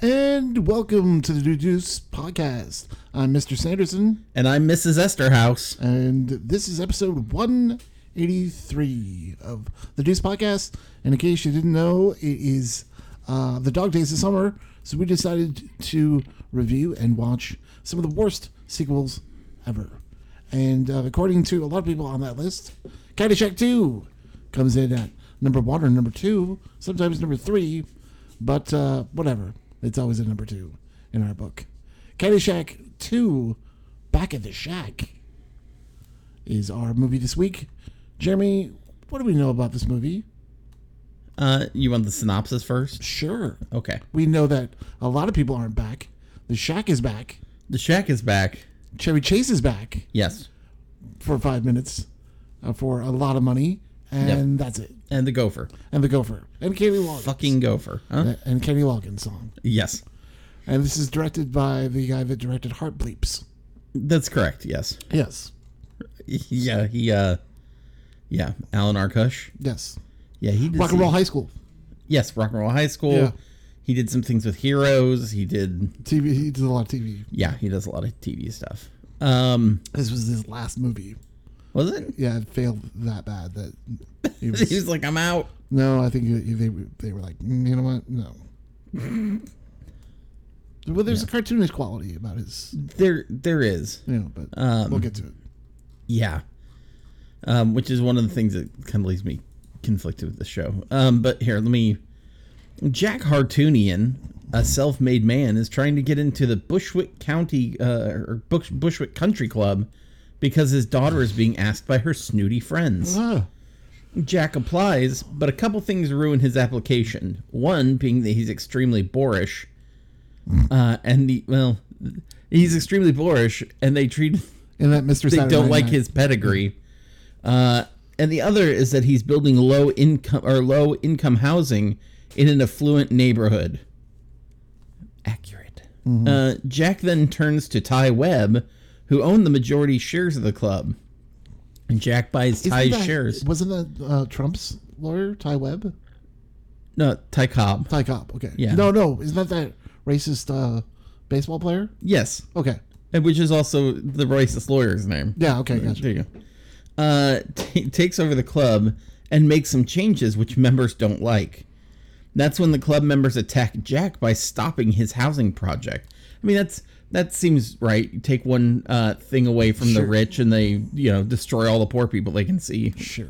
And welcome to the Due Juice podcast. I'm Mr. Sanderson, And I'm Mrs. Esterhouse. and this is episode 183 of the Deuce podcast. And in case you didn't know, it is uh, the dog days of summer, so we decided to review and watch some of the worst sequels ever. And uh, according to a lot of people on that list, Caddyshack 2 comes in at number one or number two, sometimes number three, but uh, whatever. It's always a number two in our book. Caddyshack 2, Back at the Shack, is our movie this week. Jeremy, what do we know about this movie? Uh, you want the synopsis first? Sure. Okay. We know that a lot of people aren't back. The Shack is back. The Shack is back. Chevy Chase is back Yes. for five minutes uh, for a lot of money, and that's it. And the Gopher. And the Gopher. And Kenny Loggins. Fucking Gopher. Huh? And Kenny Loggins song. Yes. And this is directed by the guy that directed Heart Bleeps. That's correct. Yes. Yes. Yeah. He, uh, yeah. Alan Arkush. Yes. Yeah. He did Rock and some- Roll High School. Yes. Rock and Roll High School. Yeah. He did some things with Heroes. He did, TV. He did a lot of TV. yeah, he does a lot of TV stuff. Um, This was his last movie. was it? Yeah, it failed that bad that he was. He was like, I'm out. No, I think you- they they were like, "Mm, you know what? No. well, there's a cartoonish quality about his, There, there is. you know, but Um, we'll get to it. Yeah. Um, which is one of the things that kind of leaves me conflicted with the show. Um, but here, let me. Jack Hartoonian, a self made man, is trying to get into the Bushwick County uh, or Bush- Bushwick Country Club because his daughter is being asked by her snooty friends. Ah, Jack applies, but a couple things ruin his application. One being that he's extremely boorish, uh, and the well, he's extremely boorish, and they treat and that Mr. they Saturday don't like Night- his pedigree. Uh, and the other is that he's building low income or low income housing in an affluent neighborhood. Accurate. Mm-hmm. Uh, Jack then turns to Ty Webb, who owned the majority shares of the club. And Jack buys Isn't Ty's that- shares. Wasn't that uh, Trump's lawyer, Ty Webb? No, Ty Cobb. Ty Cobb. Okay. Yeah. No, no. Isn't that that racist uh, baseball player? Yes, Okay. and which is also the racist lawyer's name. Yeah. Okay. Gotcha. There you go. Uh, t- takes over the club and makes some changes which members don't like. That's when the club members attack Jack by stopping his housing project. I mean, that's that seems right. You take one uh, thing away from the rich, and they you know destroy all the poor people they can see. Sure.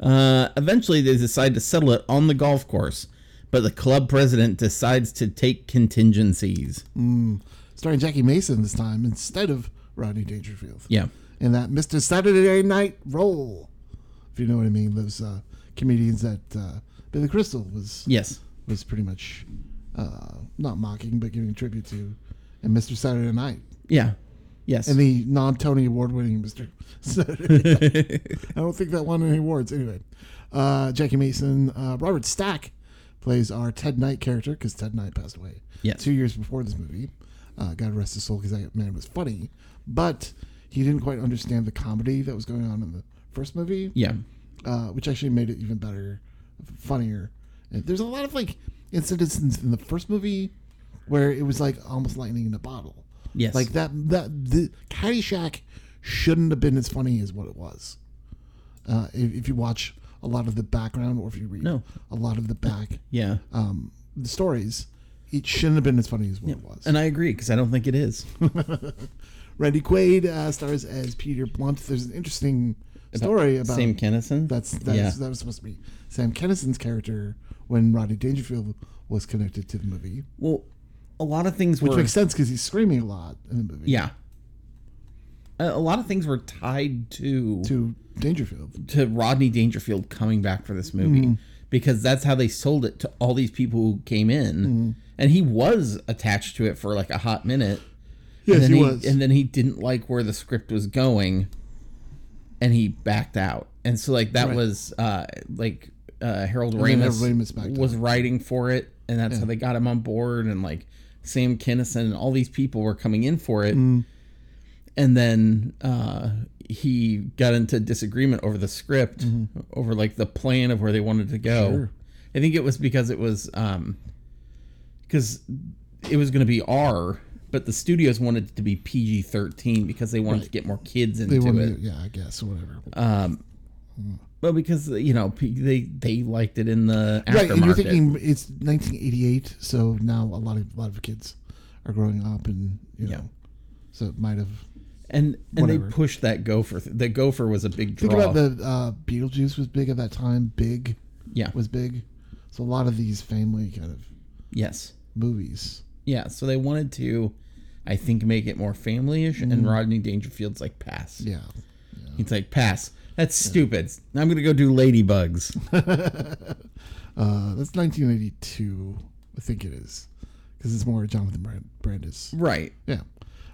Uh, eventually, they decide to settle it on the golf course, but the club president decides to take contingencies. Mm. Starring Jackie Mason this time instead of Rodney Dangerfield. Yeah. and that Mr. Saturday Night Roll, if you know what I mean. Those uh, comedians that uh, Billy Crystal was Yes. was pretty much uh, not mocking, but giving tribute to, and Mr. Saturday Night, Yeah. Yes. and the non-Tony Award-winning Mr. Saturday. Night. I don't think that won any awards anyway. Uh, Jackie Mason, uh, Robert Stack plays our Ted Knight character because Ted Knight passed away Yes. two years before this movie. Uh, God rest his soul because that man was funny, but he didn't quite understand the comedy that was going on in the first movie, yeah. uh, which actually made it even better, funnier. And there's a lot of like incidents in in the first movie where it was like almost lightning in a bottle. Yes. Like that that the Caddyshack shouldn't have been as funny as what it was. Uh, if, if you watch a lot of the background or if you read No. a lot of the back Yeah. um, the stories, it shouldn't have been as funny as what it was. And I agree because I don't think it is. Randy Quaid uh, stars as Peter Blunt. There's an interesting story about Sam Kennison. that's that's yeah. that was supposed to be Sam Kennison's character when Rodney Dangerfield was connected to the movie, well, a lot of things which were makes sense because he's screaming a lot in the movie. yeah. A, a lot of things were tied to, to To Dangerfield, Rodney Dangerfield coming back for this movie Mm-hmm. because that's how they sold it to all these people who came in, Mm-hmm. and he was attached to it for like a hot minute. yes, and then he, was. And then he didn't like where the script was going, and he backed out. And so like that was uh like uh Harold then Ramis, Ramis backed was writing for it, and that's how they got him on board. And like Sam Kinison and all these people were coming in for it, Mm. and then uh he got into disagreement over the script, Mm-hmm. over like the plan of where they wanted to go. I think it was because it was um because it was going to be R, but the studios wanted it to be PG thirteen because they wanted to get more kids into They want it. Uh, to, yeah, I guess, or whatever. Well, because you know P- they they liked it in the aftermarket. right, and you're thinking it's 1988, so now a lot of a lot of kids are growing up, and you know, Yeah. so it might have. and and Whatever. they pushed that gopher. Th- the gopher was a big draw. Think about the uh, Beetlejuice was big at that time. Big yeah. was big, so a lot of these family kind of yes. movies. Yeah. So they wanted to, I think, make it more family-ish. And Rodney Dangerfield's like pass. Mm-hmm. Yeah, He's like pass. That's stupid. Now I'm gonna go do ladybugs. uh, that's 1982, I think it is, because it's more Jonathan Brand- Brandis. right. Yeah.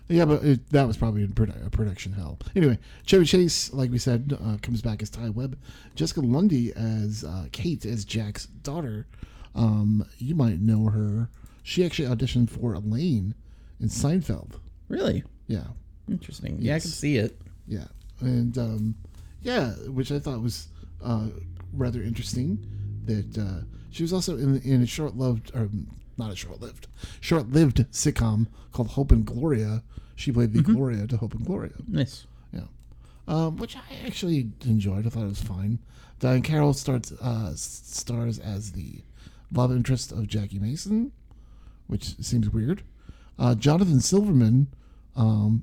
Yeah, but it, that was probably in produ- a production hell. Anyway, Chevy Chase, like we said, uh, comes back as Ty Webb. Jessica Lundy as uh, Kate, as Jack's daughter. Um, you might know her. She actually auditioned for Elaine in Seinfeld. Really Yeah, interesting. Yeah, I can see it. yeah, and um, yeah, which I thought was uh, rather interesting. That uh, she was also in, in a short-lived, or not a short-lived, short-lived sitcom called Hope and Gloria. She played the Gloria to Hope and Gloria. Nice. Yeah. Um, which I actually enjoyed. I thought it was fine. Diane Carroll starts uh, s- stars as the love interest of Jackie Mason, which seems weird. Uh, Jonathan Silverman um,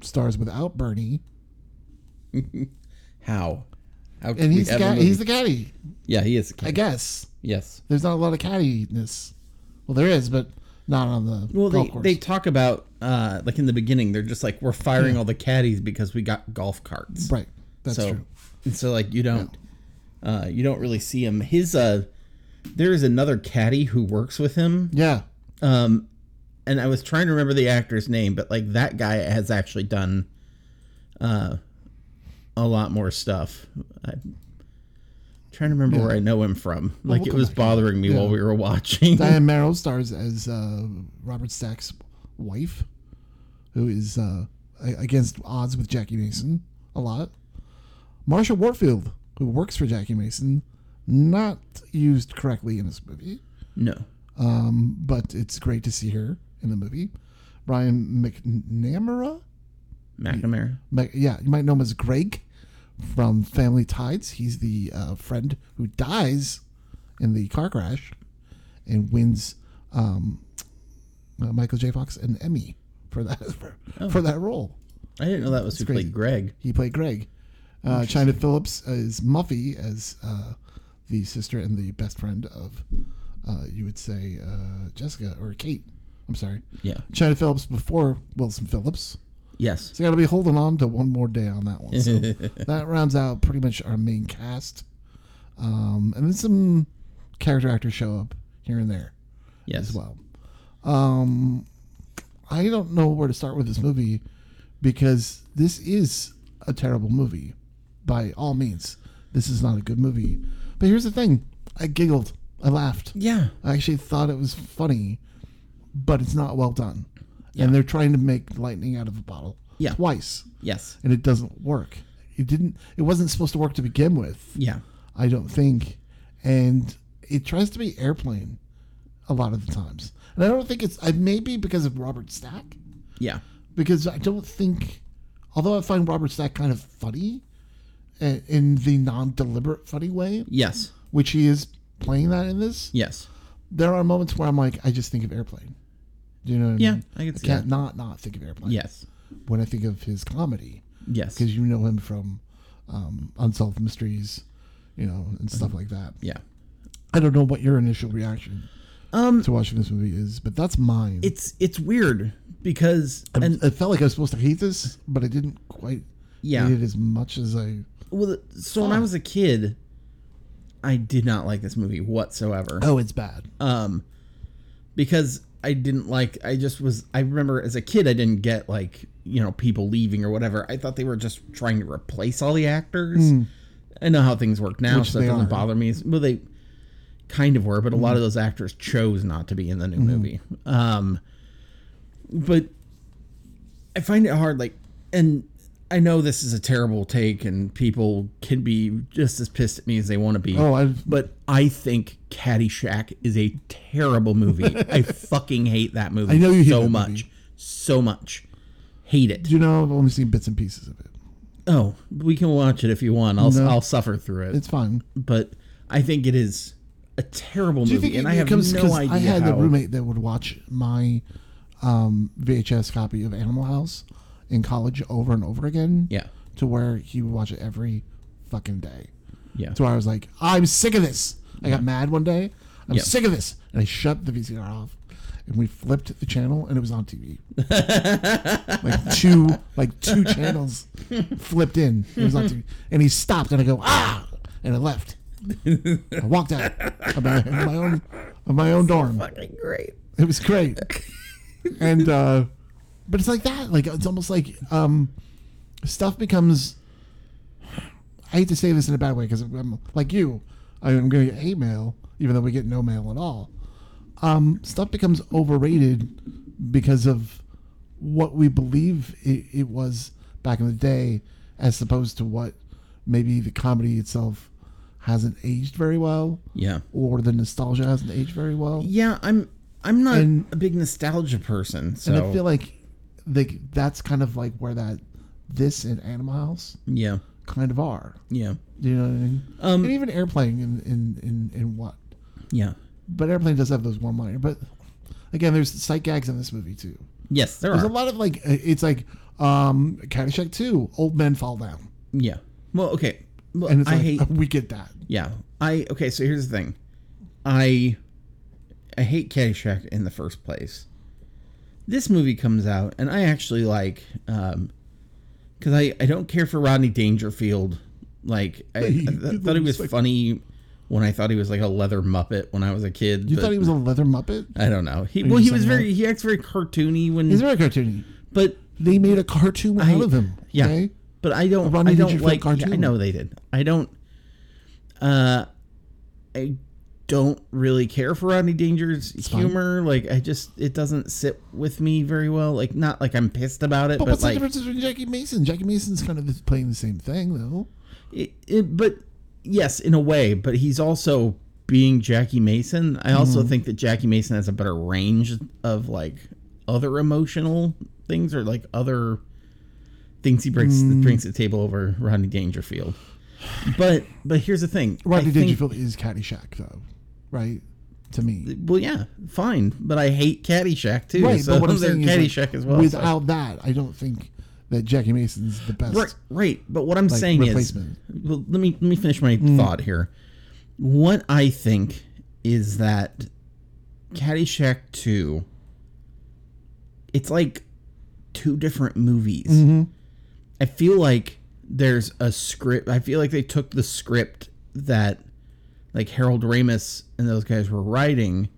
stars without Bernie, How? How could and we he's the have a ca- movie- he's the caddy. yeah he is a cat. I guess yes. there's not a lot of caddiness. Well, there is, but not on the Well, golf they, course. they talk about uh, like in the beginning, they're just like we're firing all the caddies because we got golf carts. right. That's so, true. And so like you don't uh, you don't really see him. His uh, there is another caddy who works with him. Yeah. Um, and I was trying to remember the actor's name, but like that guy has actually done uh, a lot more stuff. I'm trying to remember where I know him from. like we'll it come was back to bothering me while Yeah. we were watching. Diane Merrill stars as uh, Robert Stack's wife, who is uh, a- against odds with Jackie Mason a lot. Marsha Warfield, who works for Jackie Mason, not used correctly in this movie, no. um, but it's great to see her in the movie. Brian McNamara, McNamara. Mc- yeah, you might know him as Greg from Family Tides. He's the uh, friend who dies in the car crash and wins um, uh, Michael J. Fox an Emmy for that for, for that role. I didn't know that was who crazy. played Greg. He played Greg. Uh, China Phillips is Muffy as uh, the sister and the best friend of uh, you would say uh, Jessica or Kate. I'm sorry. Yeah. China Phillips before Wilson Phillips. Yes. So got to be holding on to one more day on that one. So that rounds out pretty much our main cast, um, and then some character actors show up here and there Yes. as well. Um, I don't know where to start with this movie because this is a terrible movie by all means. This is not a good movie. But here's the thing: I giggled, I laughed. Yeah. I actually thought it was funny, but it's not well done. And they're trying to make lightning out of a bottle Yeah. twice, Yes. and it doesn't work. It didn't. It wasn't supposed to work to begin with. Yeah. I don't think, and it tries to be airplane a lot of the times. And I don't think it's. I maybe because of Robert Stack, Yeah. because I don't think, although I find Robert Stack kind of funny, uh, in the non-deliberate funny way, Yes. which he is playing that in this Yes. there are moments where I'm like, I just think of airplane. Do you know? What Yeah, I, mean? I can see can't that. not not think of airplane. Yes. When I think of his comedy, Yes. because you know him from um, Unsolved Mysteries, you know, and stuff like that. Mm-hmm. Yeah. I don't know what your initial reaction Um, to watching this movie is, but that's mine. it's it's weird because I- and it felt like I was supposed to hate this, but I didn't quite Yeah. hate it as much as I. well, so when I was a kid, I did not like this movie whatsoever. Oh, it's bad. Um, because I didn't like. I just was. I remember as a kid, I didn't get like you know people leaving or whatever. I thought they were just trying to replace all the actors. I know how things work now, Hmm. Which so that they doesn't are. Hmm. bother me. Well, they kind of were, but a lot of those actors chose not to be in the new movie. Um, but I find it hard, like, and I know this is a terrible take, and people can be just as pissed at me as they want to be. Oh, I- but I think Caddyshack is a terrible movie. I fucking hate that movie. I know you hate so that much, movie. so much. Hate it. You know, I've only seen bits and pieces of it. Oh, we can watch it if you want. I'll No. I'll suffer through it. It's fine. but I think it is a terrible Do you movie, think it, and I it have comes no 'cause idea I had how. a roommate that would watch my um, VHS copy of Animal House in college over and over again. Yeah, To where he would watch it every fucking day. yeah. To where I was like, I'm sick of this. I got mad one day. I'm Yeah. sick of this, and I shut the VCR off, and we flipped the channel, and it was on TV. like two, like two channels flipped in. It was on TV, and he stopped, and I go ah, and I left. I walked out of my, of my own of my own dorm. Fucking great. It was great. and uh but it's like that. Like it's almost like um stuff becomes I hate to say this in a bad way because I'm like you. I'm going to get hate mail, even though we get no mail at all. Um, stuff becomes overrated because of what we believe it, it was back in the day, as opposed to what maybe the comedy itself hasn't aged very well, Yeah, or the nostalgia hasn't aged very well. yeah. I'm I'm not And- a big nostalgia person, so And I feel like like that's kind of like where that this and Animal House yeah, kind of are. yeah, Do you know what I mean? Um, and even airplane in in in, in what? yeah. But airplane does have those one liner. But again, there's sight gags in this movie too. Yes, there There's are. a lot of like uh, it's like um Caddyshack two, old men fall down, yeah. Well, okay. Well, and it's I like hate. we get that. Yeah. I okay. So here's the thing. I I hate Caddyshack in the first place. This movie comes out, and I actually like um because I I don't care for Rodney Dangerfield. Like I, I He- th- he thought he was looks like- funny when I thought he was like a leather muppet when I was a kid. You but thought he was a leather muppet? I don't know. He well, he just was saying very he acts very cartoony when He's very cartoony. but They made a cartoon I- out of him. Yeah, okay? but I don't. Rodney I don't Dangerfield like. yeah, I cartoon. know they did. I don't. Uh, I don't really care for Rodney Danger's fine. humor. Like, I just it doesn't sit with me very well. Like, not like I'm pissed about it, But but, what's like the difference between Jackie Mason? Jackie Mason's kind of playing the same thing though. it, it. But yes, in a way. But he's also being Jackie Mason. I also Mm-hmm. think that Jackie Mason has a better range of like other emotional things or like other things he brings Mm. brings to the table over Rodney Dangerfield. But but here's the thing. I Rodney think- Dangerfield is Caddyshack, though, right? To me, Well, yeah, fine, but I hate Caddyshack too. right? so but what I'm they're saying is, like, Caddyshack as well. so- without that, I don't think that Jackie Mason's the best. right, right. But what I'm saying is, replacement. well, let me let me finish my thought here. What I think is that Caddyshack two, it's like two different movies. I feel like there's a script. I feel like they took the script that like Harold Ramis and those guys were writing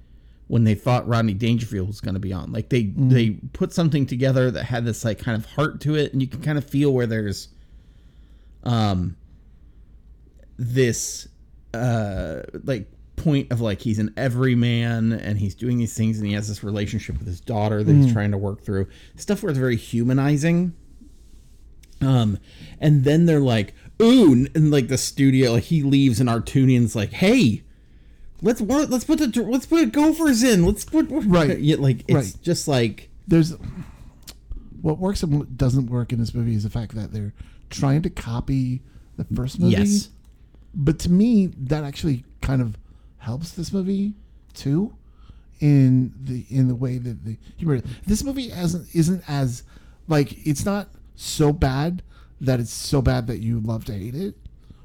when they thought Rodney Dangerfield was going to be on. Like they they put something together that had this like kind of heart to it, and you can kind of feel where there's um this uh like point of like he's an everyman and he's doing these things and he has this relationship with his daughter that Mm-hmm. he's trying to work through stuff where it's very humanizing um, and then they're like, ooh, and, and, like the studio, like he leaves, and Artunian's like, hey, let's what, let's put the let's put Gophers in, let's put Right. Yeah, like it's Right. just like There's what works and what doesn't work in this movie is the fact that they're trying to copy the first movie. yes, but to me, that actually kind of helps this movie too, in the in the way that the humor. This movie hasn't isn't as like it's not so bad that it's so bad that you love to hate it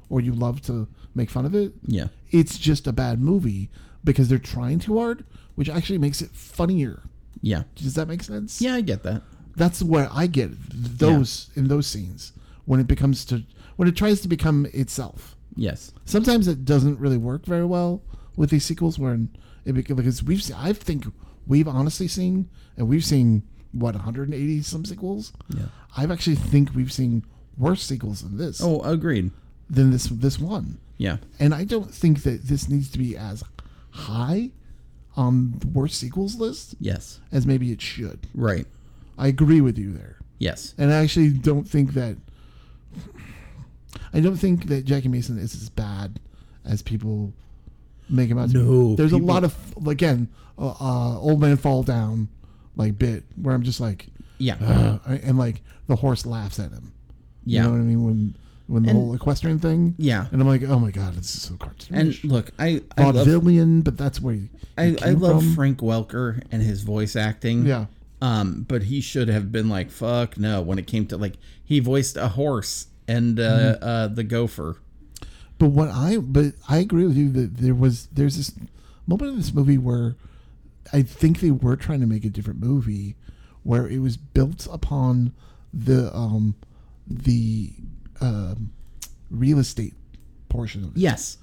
or you love to make fun of it. yeah, It's just a bad movie because they're trying too hard, which actually makes it funnier. yeah, Does that make sense? yeah. I get that. that's where I get those in those scenes when it becomes to when it tries to become itself Yes, sometimes it doesn't really work very well with these sequels when it beca- because we've seen, I think we've honestly seen and we've seen what 180 some sequels. Yeah. I've actually think we've seen worse sequels than this oh, agreed. than this this one. Yeah, And I don't think that this needs to be as high on the worst sequels list yes, as maybe it should. right, I agree with you there. yes, And I actually don't think that I don't think that Jackie Mason is as bad as people make him out to No, be. There's people- a lot of again, uh, uh, old man fall down like bit where I'm just like, Yeah. "Ugh," and like the horse laughs at him. Yeah. You know what I mean when when the whole equestrian thing. Yeah. And I'm like, oh my god, this is so cartoonish. And look, I I love Vaudevillian, but that's where he, I, I came love from. Frank Welker and his voice acting. Yeah. Um, but he should have been like, fuck no, when it came to like he voiced a horse and uh, Mm-hmm. uh the gopher. But what I but I agree with you that there was there's this moment in this movie where I think they were trying to make a different movie where it was built upon the um the um real estate portion of it Yes.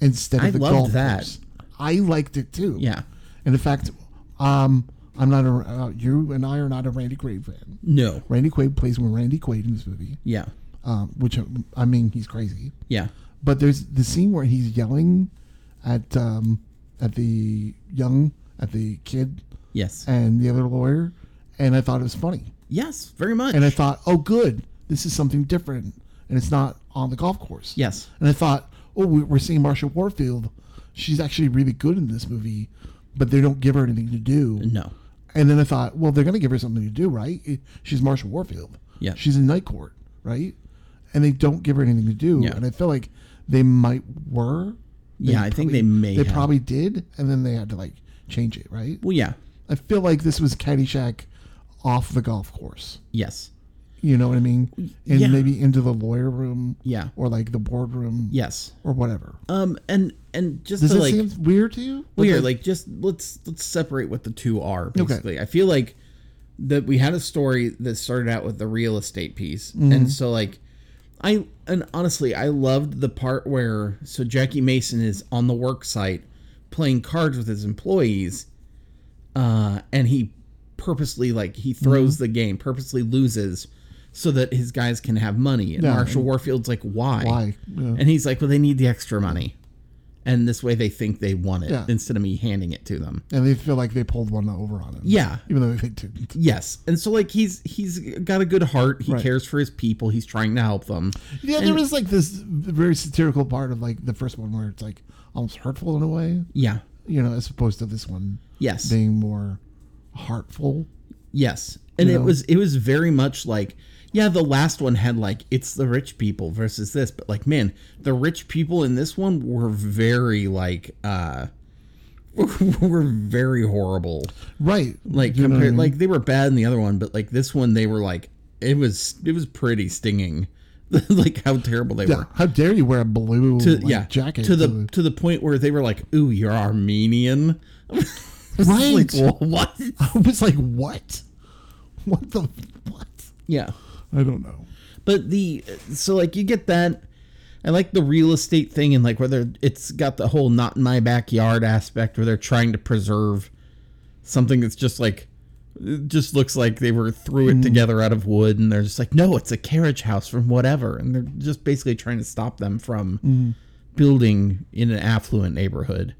instead of I the loved golf that. course. I liked it too. Yeah. And in fact, um I'm not a uh, you and I are not a Randy Quaid fan. No. Randy Quaid plays one Randy Quaid in this movie, Yeah. um, which I mean he's crazy. Yeah. But there's the scene where he's yelling at um, at the young at the kid Yes. and the other lawyer, and I thought it was funny. yes, very much. And I thought, oh, good, this is something different, and it's not on the golf course. yes. And I thought, oh, we- we're seeing Marsha Warfield. She's actually really good in this movie, but they don't give her anything to do. No. And then I thought, well, they're going to give her something to do, right? It- She's Marsha Warfield. Yeah. She's in Night Court, right? And they don't give her anything to do. Yeah. And I feel like they might were. They Yeah, I think they may They have. probably did, and then they had to like change it, right? Well yeah. I feel like this was Caddyshack off the golf course. Yes. You know what I mean? And yeah. maybe into the lawyer room. Yeah. Or like the boardroom. Yes. Or whatever. Um and and just Does to, that like seem weird to you? Well, yeah, like just let's let's separate what the two are basically. I feel like that we had a story that started out with the real estate piece, Mm-hmm. and so like I and honestly, I loved the part where so Jackie Mason is on the work site playing cards with his employees, uh, and he purposely like he Mm-hmm. throws the game, purposely loses. So that his guys can have money, and Yeah. Marshall Warfield's like, "Why?" Why? Yeah. And he's like, "Well, they need the extra money." and this way they think they want it Yeah. instead of me handing it to them. And they feel like they pulled one over on him. Yeah. Even though they didn't. Yes, and so like he's he's got a good heart. He Right. cares for his people. He's trying to help them. Yeah, there was like this very satirical part of like the first one where it's like almost hurtful in a way, Yeah. you know, as opposed to this one Yes. being more heartful. yes. And it know. was it was very much like yeah, the last one had like it's the rich people versus this, but like man, the rich people in this one were very like uh were very horrible. Right. Like You know what I compared, mean? like they were bad in the other one, but like this one they were like it was it was pretty stinging. like how terrible they yeah, were. how dare you wear a blue to, like, yeah, jacket to the to the point where they were like, "Ooh, you're Armenian." It's Right. Like, "Wha- what? I was like, What? What the what? Yeah, I don't know. but the so like you get that. I like the real estate thing and like whether it's got the whole "not in my backyard" aspect where they're trying to preserve something that's just like it just looks like they were threw Hmm. it together out of wood and they're just like no it's a carriage house from whatever and they're just basically trying to stop them from Hmm. building in an affluent neighborhood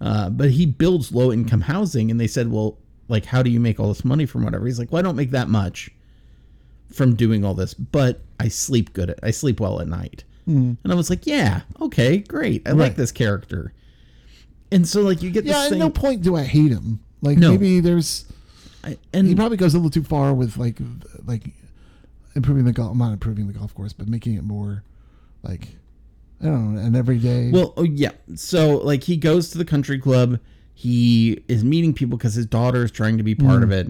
uh, but he builds low income housing and they said well like how do you make all this money from whatever he's like well i don't make that much from doing all this but i sleep good at, i sleep well at night and i was like yeah okay great i like Hmm. Right. this character and so like you get Yeah, this at thing no point do I hate him. Like No. maybe there's I- and he probably goes a little too far with like like improving the golf not improving the golf course but making it more like i don't know an everyday Well, oh, yeah. So like he goes to the country club. He is meeting people because his daughter is trying to be part of it,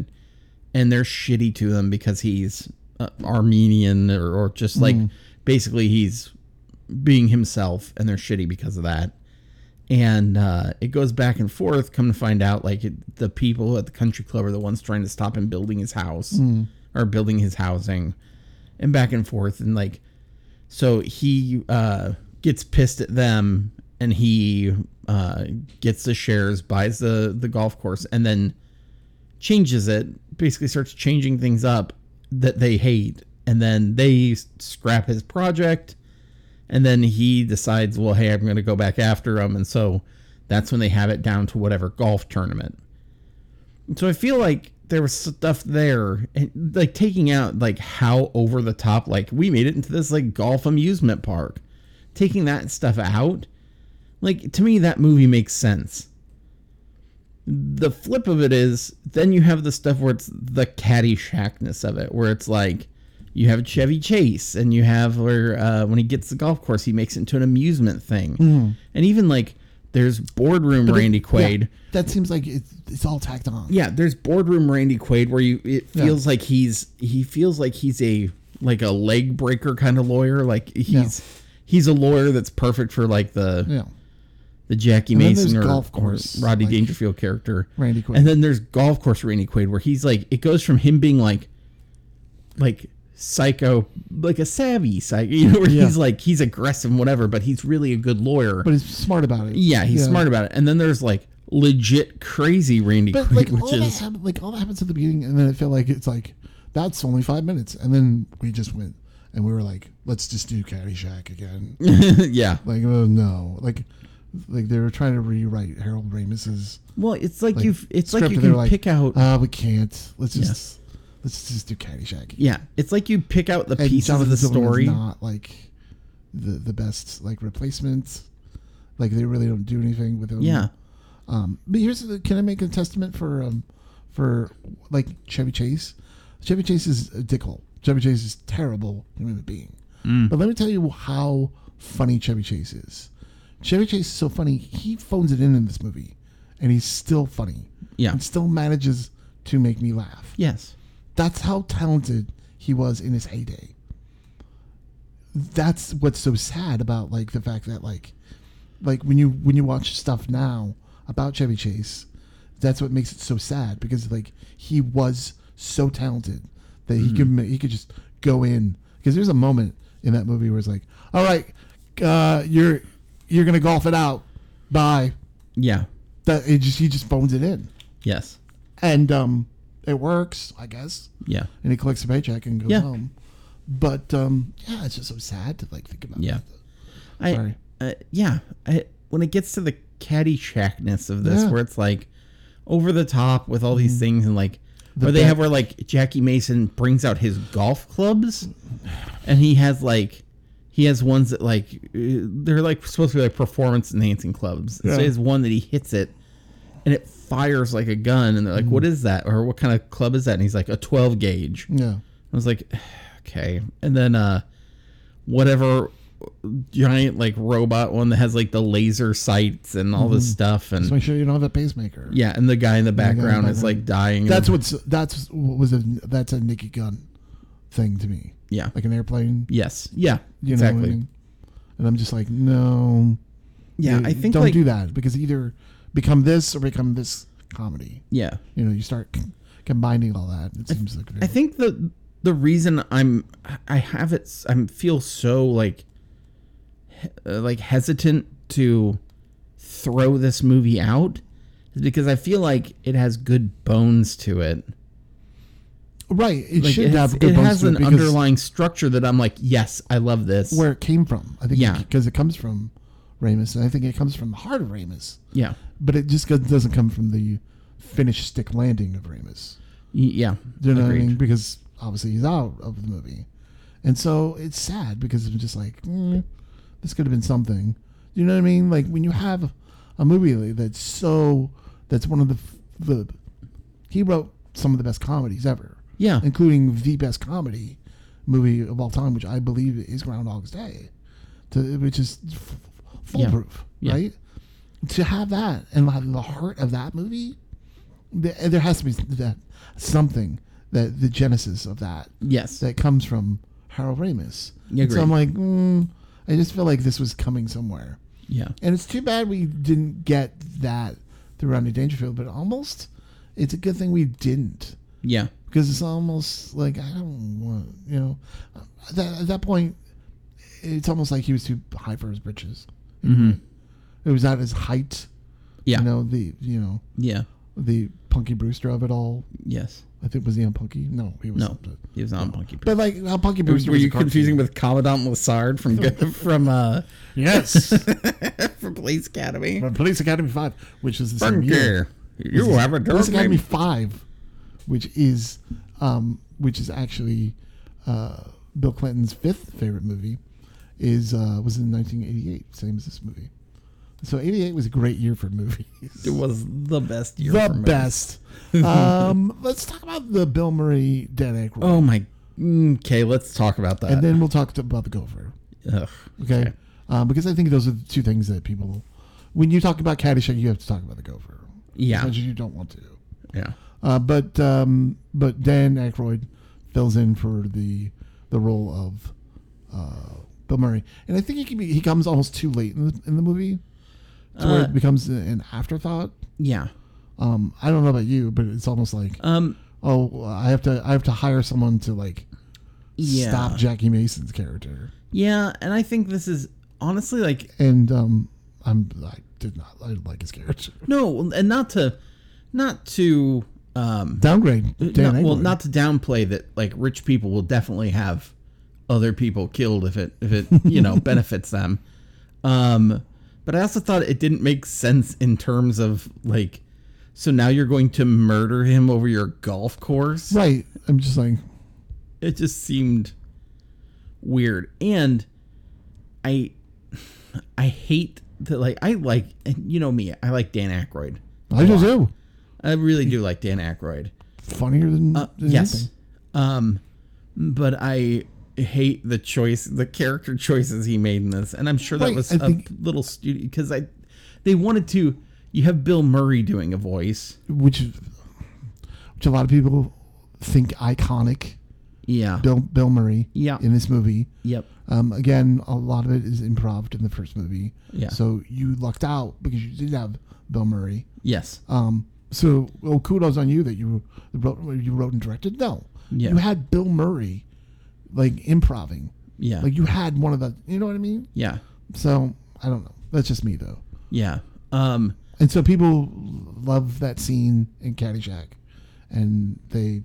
and they're shitty to him because he's uh, Armenian or, or just like basically he's being himself, and they're shitty because of that. And uh, it goes back and forth. Come to find out, like it, the people at the country club are the ones trying to stop him building his house or building his housing, and back and forth. And like so he uh, gets pissed at them and he uh, gets the shares buys the, the golf course and then changes it basically starts changing things up that they hate and then they s- scrap his project and then he decides well hey i'm going to go back after them and so that's when they have it down to whatever golf tournament so i feel like there was stuff there, and, like taking out like how over the top, like we made it into this like golf amusement park, taking that stuff out, like to me that movie makes sense. The flip of it is, then you have the stuff where it's the caddyshackness of it, where it's like you have Chevy Chase, and you have where uh, when he gets the golf course, he makes it into an amusement thing, and even like there's boardroom Randy Quaid. Yeah, that seems like it's, it's all tacked on. Yeah, there's boardroom Randy Quaid where you it Yeah. feels like he's he feels like he's a like a leg breaker kind of lawyer. Like he's he's a lawyer that's perfect for like the Yeah. the Jackie then Mason there's or, golf or course, Rodney like Dangerfield character. Randy Quaid. And then there's golf course Randy Quaid where he's like it goes from him being like like psycho like a savvy psycho you know where Yeah. he's like he's aggressive and whatever, but he's really a good lawyer. But he's smart about it. yeah, he's smart about it. And then there's like legit crazy Randy But Quaid, like all which that is happened, like all that happens at the beginning, and then I feel like it's like that's only five minutes, and then we just went and we were like, let's just do Caddyshack again. yeah. like oh no, like like they were trying to rewrite Harold Ramis's Well, it's like, like, you've. It's like script, you and they can were like, pick out. Uh, we can't. Let's Yeah. just let's just do Caddyshack. yeah, it's like you pick out the And pieces of Jonathan the Silverman's story. Not like the the best like replacement. Like they really don't do anything with him. Yeah, Um, but here's the, can I make a testament for um, for like Chevy Chase? Chevy Chase is a dickhole. Chevy Chase is a terrible human being. Mm. But let me tell you how funny Chevy Chase is. Chevy Chase is so funny. He phones it in in this movie, and he's still funny. Yeah. and still manages to make me laugh. yes, That's how talented he was in his heyday. That's what's so sad about like the fact that like like when you when you watch stuff now about Chevy Chase, that's what makes it so sad because like he was so talented that he could ma- he could just go in because there's a moment in that movie where it's like, all right, uh, you're you're gonna golf it out, bye. yeah, That it just he just phones it in, yes, and um, it works, I guess yeah, and he collects a paycheck and goes Yeah. home. But um, yeah, it's just so sad to like think about. yeah. that. I, Sorry. Uh, yeah. I, when it gets to the caddyshackness of this, Yeah. Mm-hmm. where it's like over the top with all these things and like. or they bet- have where like Jackie Mason brings out his golf clubs, and he has like he has ones that like uh, they're like supposed to be like performance enhancing clubs. And So Yeah. he has one that he hits it, and it fires like a gun, and they're Mm-hmm. like, "What is that? Or what kind of club is that?" And he's like, "A twelve gauge." Yeah, I was like, okay. And then uh whatever giant like robot one that has like the laser sights and all this stuff and just make sure you don't have a pacemaker. yeah, and the guy in the in Mm-hmm. the background is background. like dying. and- that's what's that's what was a that's a Nicky Gun thing to me, yeah. like an airplane. yes. Yeah. You know what exactly. I mean? And I'm just like, no. Yeah, you- I think don't like do that because either become this or become this comedy. yeah. You know, you start c- combining all that. It seems like I think the the reason I'm I have it s- I'm feel so like he- uh, like hesitant to throw this movie out is because I feel like it has good bones to it. right. It Like, should it has, have good it bones has to an because underlying structure that I'm like, yes, I love this. where it came from. I think Yeah. because it comes from Ramus, and I think it comes from the heart of Ramus. yeah, but it just go- doesn't come from the finished stick landing of Ramus. Y- yeah, Do you know what I Agreed. mean? Because obviously he's out of the movie, and so it's sad because it's just like mm, this could have been something. Do you know what I mean? Like when you have a movie like that's so that's one of the f- the he wrote some of the best comedies ever, yeah, including the best comedy movie of all time, which I believe is Groundhog's Day, to, which is f- f- foolproof, Yeah. right? To have that and have the heart of that movie, there, there has to be that something that the genesis of that yes, that comes from Harold Ramis. Yeah, And So I'm like, mm, I just feel like this was coming somewhere, yeah, and it's too bad we didn't get that through Rodney Dangerfield, but almost it's a good thing we didn't yeah, because it's almost like I don't want you know at that, at that point it's almost like he was too high for his britches. hmm It was at his height, yeah, you know the you know yeah, the Punky Brewster of it all. yes. I think was he on Punky? No, he was No, he was on Punky. But like how Punky Were, Brewster were was a you cartoon. confusing with Commandant Lassard from from uh Yes, from Police Academy? from Police Academy Five, which was the same year. Bunker, you have a Police dog Academy named Five which is um, which is actually uh, Bill Clinton's fifth favorite movie, is uh, was in 1988, same as this movie. So 88 was a great year for movies. It was the best year. the for movies. best. um, let's talk about the Bill Murray Dan Aykroyd, Oh my. Okay, let's talk about that. and then we'll talk to, about the Gopher. Ugh. Okay, Um, because I think those are the two things that people, when you talk about Caddyshack, you have to talk about the Gopher. Yeah. as much as you don't want to. Yeah. Uh, but um, but Dan Aykroyd fills in for the the role of uh, Bill Murray, and I think he can be, he comes almost too late in the, in the movie, to where Uh, it becomes an afterthought. Yeah. Um, I don't know about you, but it's almost like Um. oh, I have to I have to hire someone to like Yeah. stop Jackie Mason's character, Yeah, and I think this is honestly like and um, I'm I did not I didn't like his character no, and not to, not to, um, downgrade. Dan not- well, Aykroyd. not to downplay that. Like rich people will definitely have other people killed if it if it you know benefits them. Um, but I also thought it didn't make sense in terms of like, so now you're going to murder him over your golf course. right. I'm just like it just seemed weird and i i hate that like i like and you know me i like dan Aykroyd. I do too. i really do like dan Aykroyd. Funnier than, Uh, than yes anything. um but i hate the choice the character choices he made in this and i'm sure that Right, was I a think- little studio because i they wanted to you have bill murray doing a voice which which a lot of people think iconic. yeah Bill Bill Murray Yeah. in this movie. yep Um, again, a lot of it is improv in the first movie. Yeah. So you lucked out because you did have Bill Murray. yes Um, so well, kudos on you that you wrote, you wrote and directed. No, Yeah. you had Bill Murray like improving. yeah Like you had one of the, you know what I mean? yeah So I don't know. That's just me though. yeah um And so people love that scene in Caddyshack, and they,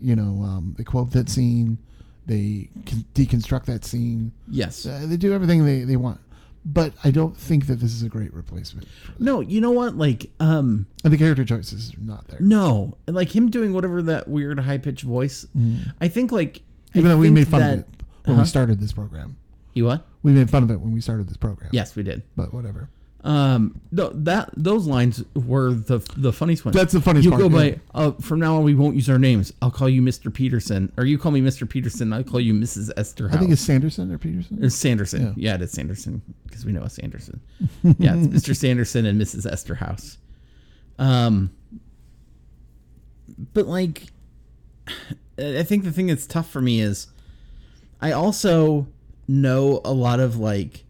you know, um, they quote that scene, they con- deconstruct that scene, yes uh, they do everything they, they want. But I don't think that this is a great replacement, No, you know what? Like, um, and the character choices are not there. no, like him doing whatever that weird high pitched voice. I think like Mm-hmm. I Even though we think made fun that- of it when Uh-huh. we started this program, You what? we made fun of it when we started this program. Yes, we did. but whatever. Um, no, that those lines were the the funniest one. That's the funniest You part, go yeah. by. Uh, from now on, we won't use our names. I'll call you Mr. Peterson, or you call me Mr. Peterson. I'll call you Mrs. Esther. I think it's Sanderson or Peterson. It's Sanderson. Yeah, it is Sanderson because we know it's Sanderson. yeah, it's Mr. Sanderson and Mrs. Esterhouse. Um, but like, I I think the thing that's tough for me is I also know a lot of like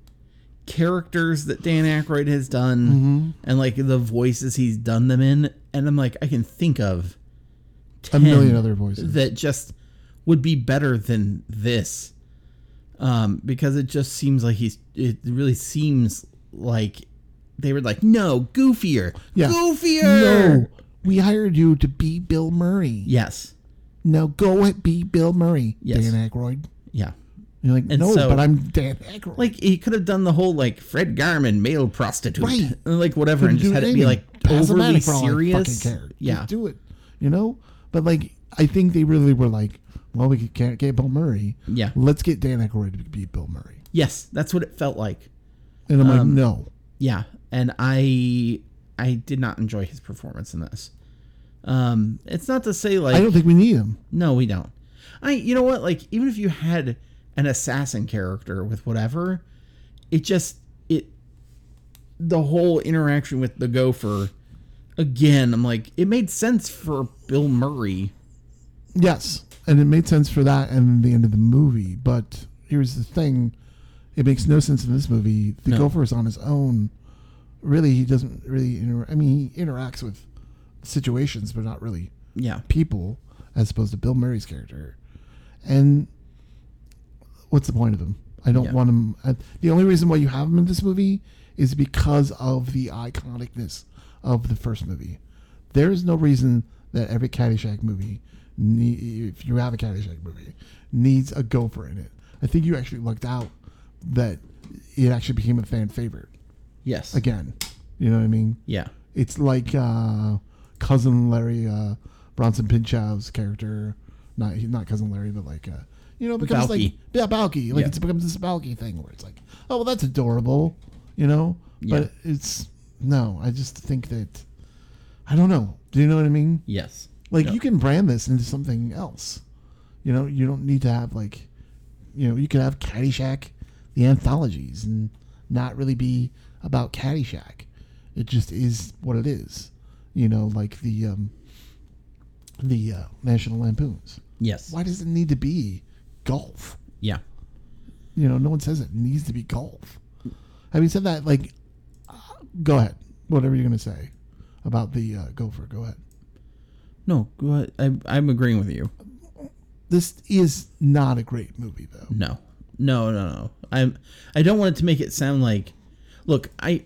characters that Dan Aykroyd has done Mm-hmm. and like the voices he's done them in, and I'm like, I can think of a million 10 other voices. that just would be better than this um because it just seems like he's it really seems like they were like no goofier Yeah. goofier no, we hired you to be Bill Murray. yes Now go at be Bill Murray. Yes. Dan Aykroyd. yeah You're like, And no, so- but I'm Dan Aykroyd. like he could have done the whole like fred garman male prostitute Right. and, like whatever and just had it be like overly serious Yeah, yeah Just do it. You know, but like I think they really were like, well, we can't get Bill Murray. Yeah. let's get Dan Aykroyd to be Bill Murray. yes that's what it felt like And I'm Um, like, no, yeah and i i did not enjoy his performance in this um it's not to say like I don't think we need him. No, we don't. I you know what? Like even if you had an assassin character with whatever, it just it the whole interaction with the gopher again, I'm like it made sense for Bill Murray. Yes, and it made sense for that and the end of the movie. But here's the thing: it makes no sense in this movie. The No. Gopher is on his own. Really, he doesn't really. Inter- I mean, he interacts with situations, but not really Yeah. people, as opposed to Bill Murray's character. And what's the point of him? I don't Yeah. want him. I, the only reason why you have him in this movie is because of the iconicness of the first movie. There is no reason that every Caddyshack movie, nee- if you have a Caddyshack movie, needs a gopher in it. I think you actually lucked out that it actually became a fan favorite Yes. again. You know what I mean? yeah. It's like uh, cousin Larry uh, Bronson Pinchot's character, not he- not cousin Larry, but like uh, you know, becomes like Balky. yeah, Balky. Like Yeah. it becomes this Balky thing where it's like, oh well, that's adorable, you know. But it's no, I just think that I don't know. Do you know what I mean? Yes. Like Yeah. you can brand this into something else. You know, you don't need to have like, you know, you could have Caddyshack, the anthologies, and not really be about Caddyshack. It just is what it is. You know, like the um, the uh, National Lampoons. Yes. Why does it need to be golf? Yeah. You know, no one says it needs to be golf. Having said that, like, uh, go ahead. Whatever you're gonna say about the uh, gopher, go ahead. No, go ahead. I, I'm agreeing with you. This is not a great movie, though. No, no, no, no. I'm. I don't want it to make it sound like. Look, I.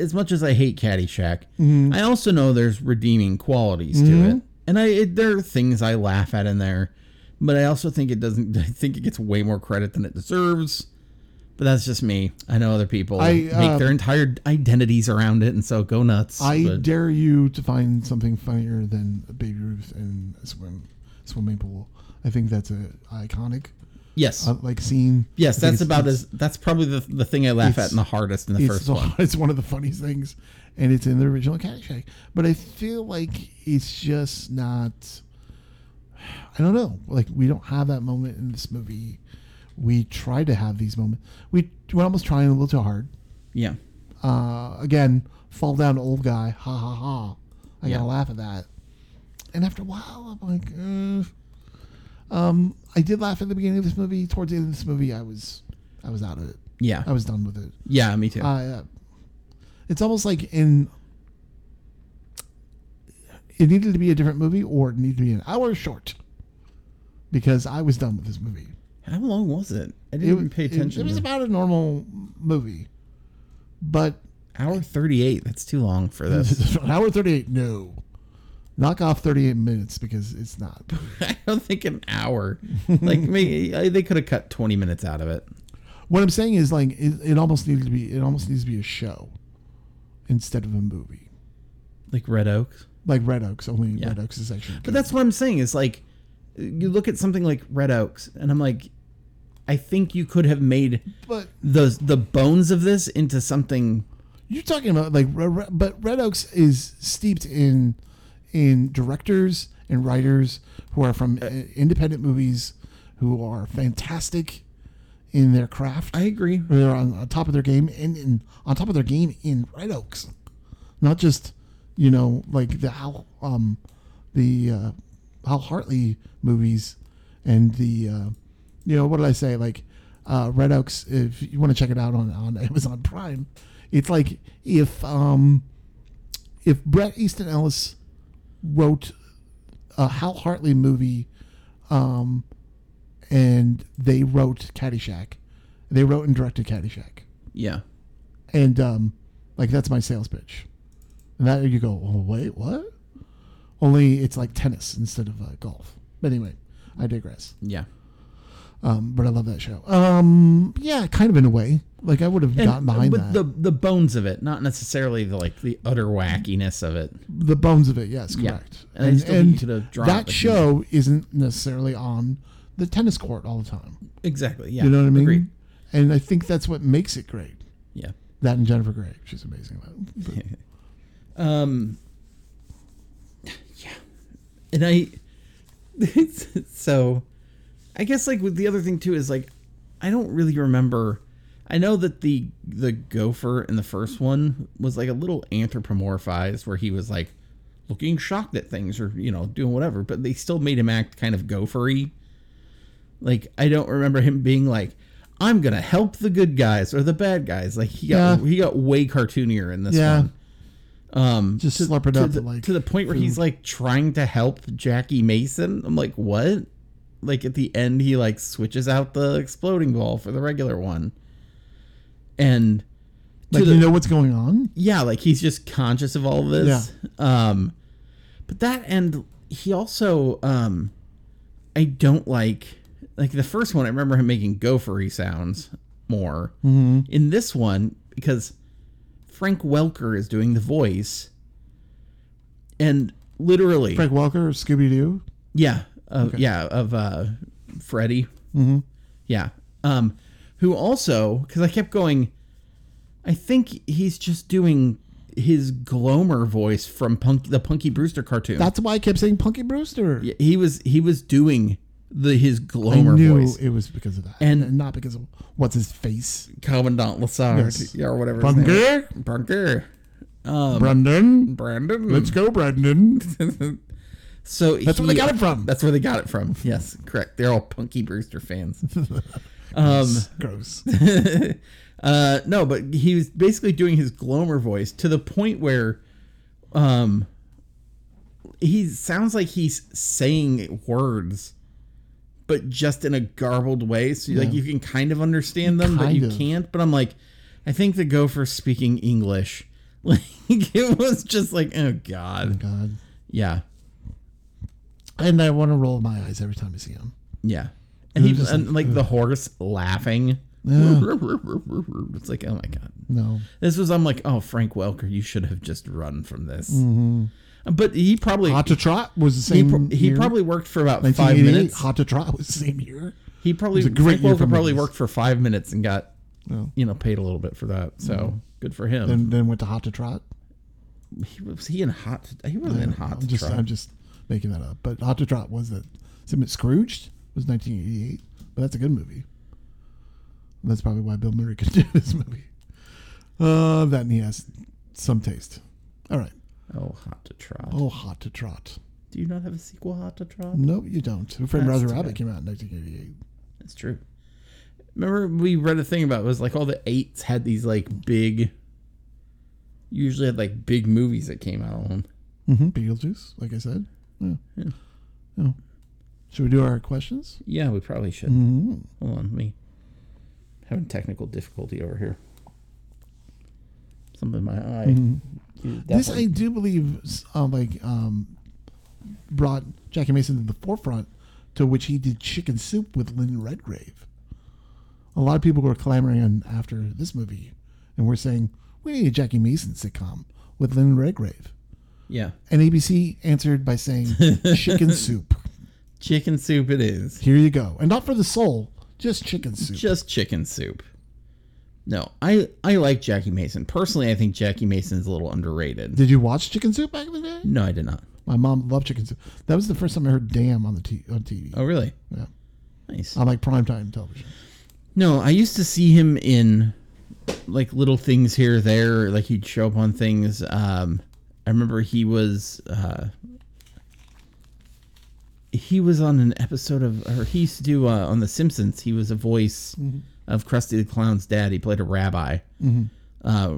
As much as I hate Caddyshack, Mm-hmm. I also know there's redeeming qualities to it, and I it, there are things I laugh at in there, but I also think it doesn't. I think it gets way more credit than it deserves. But that's just me. I know other people I, make um, their entire identities around it, and so go nuts. I but- dare you to find something funnier than Baby Ruth and a swim swimming pool. I think that's a iconic yes, uh, like scene. yes, I think that's it's- about it's- as that's probably the the thing I laugh it's- at in the hardest in the it's first the- one. It's one of the funniest things, and it's in the original Caddyshack. But I feel like it's just not. I don't know. Like we don't have that moment in this movie. We try to have these moments. We we're almost trying a little too hard. Yeah, uh, again, fall down old guy, ha ha ha. I Yeah. gotta laugh at that. And after a while, I'm like, eh. um, I did laugh at the beginning of this movie. Towards the end of this movie, I was, I was out of it. yeah, I was done with it. yeah. Me too. I, uh, it's almost like in. It needed to be a different movie, or it needed to be an hour short. Because I was done with this movie. How long was it? I didn't even pay it- attention. It, was to- about a normal movie, but hour thirty-eight. That's too long for this. An hour 38? No. Knock off 38 minutes because it's not. I don't think an hour. Like maybe I- they could have cut twenty minutes out of it. What I'm saying is like it, it almost needed to be it almost needs to be a show instead of a movie. Like Red Oaks. Like Red Oaks, only Yeah. Red Oaks is actually. But that's what I'm saying. Is like you look at something like Red Oaks, and I'm like, I think you could have made but those the bones of this into something. you're talking about like Re- Re- but Red Oaks is steeped in in directors and writers who are from uh, independent movies who are fantastic in their craft. I agree. they're on, on top of their game and, and on top of their game in Red Oaks, not just you know like the how um the uh, Hal Hartley movies and the uh, you know what did I say like uh, Red Oaks if you want to check it out on on Amazon Prime, it's like if um if Brett Easton Ellis wrote a Hal Hartley movie um and they wrote Caddyshack. They wrote and directed Caddyshack, Yeah. and um, like that's my sales pitch. And that you go, oh wait, what? Only it's like tennis instead of uh, golf. But anyway, I digress. Yeah. Um, but I love that show. Um, yeah, kind of in a way. Like I would have gotten behind that. but the The, the bones of it, not necessarily the like the utter wackiness of it. bones of it, yes, Yeah. correct. And I still think you could have drawn it that with show isn't necessarily on the tennis court all the time. Exactly. Yeah. You know what I mean? Agreed. And I think that's what makes it great. Yeah. That and Jennifer Grey, she's amazing. But- Um. Yeah, and I. It's, so, I guess like with the other thing too is like, I don't really remember. I know that the the gopher in the first one was like a little anthropomorphized, where he was like looking shocked at things or you know doing whatever, but they still made him act kind of gophery. Like I don't remember him being like, "I'm gonna help the good guys or the bad guys." Like he got Yeah. he got way cartoonier in this yeah. one um Just to, slurp it to up, the, like, to the point where he's like trying to help jackie mason i'm like what like at the end he like switches out the exploding ball for the regular one and to Like the, you know what's going on? yeah like he's just conscious of all this um but that and he also um i don't like like the first one i remember him making gophery sounds more in this one because frank welker is doing the voice and Literally. Frank Walker, Scooby Doo. Yeah. Of, Yeah. Of uh, Freddy. Mm-hmm. Yeah. Um, who also, because I kept going, I think he's just doing his Glomer voice from Punk, the Punky Brewster cartoon. That's why I kept saying Punky Brewster. Yeah, he was he was doing the his I Glomer knew voice, it was because of that, And- not because of what's his face. Commandant Lassard, Yes. yeah, or whatever. his name is. Bunker, Bunker, um, Brendan. Brandon. Let's go, Brendan. so that's where they got it from. That's where they got it from. Yes, correct. They're all Punky Brewster fans. um, Gross. Oh uh, no, but he was basically doing his Glomer voice to the point where, um, he sounds like he's saying words, but just in a garbled way. So like you can kind of understand them, but Kind you of. can't. But I'm like, I think the gopher's speaking English. Like it was just like, oh god, God. yeah, And I want to roll my eyes every time I see him. yeah. And he was just and, like the horse laughing. Yeah. It's like, oh my god. No. This was I'm like, oh Frank Welker, you should have just run from this. But he probably Mm-hmm. Hot to Trot was the he, same. pro- he year. probably worked for about five 1988, minutes. Hot to Trot was the same year. He probably was a great Frank year for Welker probably movies. worked for five minutes and got No. you know paid a little bit for that. So Mm-hmm. good for him. Then then went to Hot to Trot. he was he in hot. He wasn't in hot. I'm just Trot. I'm just making that up. But Hot to Trot was that. Same as Scrooged was 1988, but that's a good movie. And that's probably why Bill Murray could do this movie. Uh, that and he has some taste. All right. oh hot to trot. Oh, Mm. Hot to Trot. Do you not have a sequel? Hot to trot. No, you don't. Who Framed That's Roger too Rabbit bad. came out in 1988. That's true. Remember we read a thing about it was like all the eights had these like big. Usually had like big movies that came out on. them. Mm-hmm. Beetlejuice, like I said. Yeah. Yeah. Yeah. Should we do our questions? Yeah, we probably should. Mm-hmm. Hold on, let me having technical difficulty over here. Something in my eye. is Mm-hmm. This I definitely- do believe, s- uh, like, um, brought Jackie Mason to the forefront, to which he did Chicken Soup with Lynn Redgrave. A lot of people were clamoring after this movie, and were saying we need a Jackie Mason sitcom with Lynn Redgrave. yeah, And ABC answered by saying Chicken Soup. chicken soup it is. Here you go, and not for the soul, just Chicken Soup. Just chicken soup. No, I I like Jackie Mason personally. I think Jackie Mason's a little underrated. Did you watch Chicken Soup back in the day? No, I did not. My mom loved chicken soup. That was the first time I heard "damn" on the t- on TV. Oh, really? Yeah, Nice. I like primetime television. No, I used to see him in like little things here or there. Like he'd show up on things. Um, I remember he was uh, he was on an episode of, or he used to do uh, on The Simpsons. He was a voice of Krusty the Clown's dad. He played a rabbi. Uh,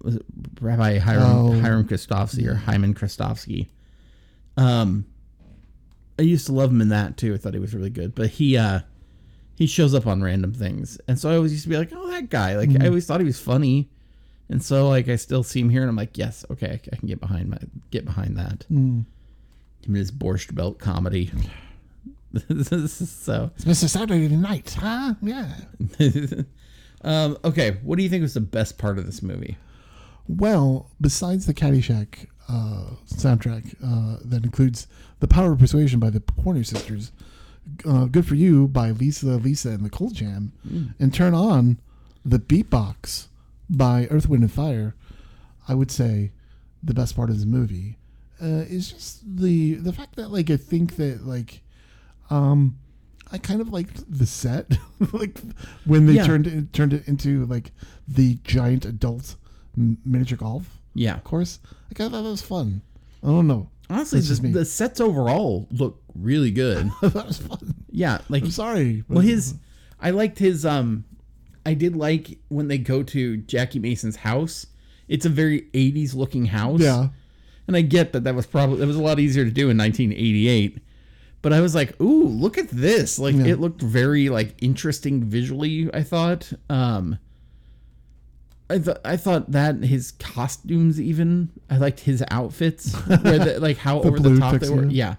was it Rabbi Hiram Oh. Hiram Kristofsky or Hyman Kristofsky. Um, I used to love him in that too. I thought he was really good, but he uh he shows up on random things, and so I always used to be like, "Oh, that guy!" Like I always thought he was funny, and so like I still see him here, and I'm like, "Yes, okay, I c- I can get behind my get behind that." Him and his borscht belt comedy. so, It's Mr. Saturday Night, huh? Yeah. um, okay, what do you think was the best part of this movie? Well, besides the Caddyshack uh, soundtrack uh, that includes "The Power of Persuasion" by the Corner Sisters, uh, "Good for You" by Lisa, Lisa and the Cold Jam, Hmm. and "Turn On" the Beatbox by Earth, Wind and Fire, I would say the best part of this movie uh, is just the the fact that like I think that like um I kind of liked the set like when they Yeah. turned it, turned it into like the giant adult m- miniature golf Yeah, course. Like I thought that was fun. I don't know. honestly, That's just the, me. the sets overall look really good. that was fun. Yeah, like I'm sorry. but- Well, his I liked his um I did like when they go to Jackie Mason's house. It's a very 80s looking house. yeah. And I get that that was probably that was a lot easier to do in 1988. But I was like, "Ooh, look at this." Like it looked very like interesting visually, I thought. Um I, th- I thought that his costumes even I liked his outfits where the, like how over the blue top they were tuxedo. yeah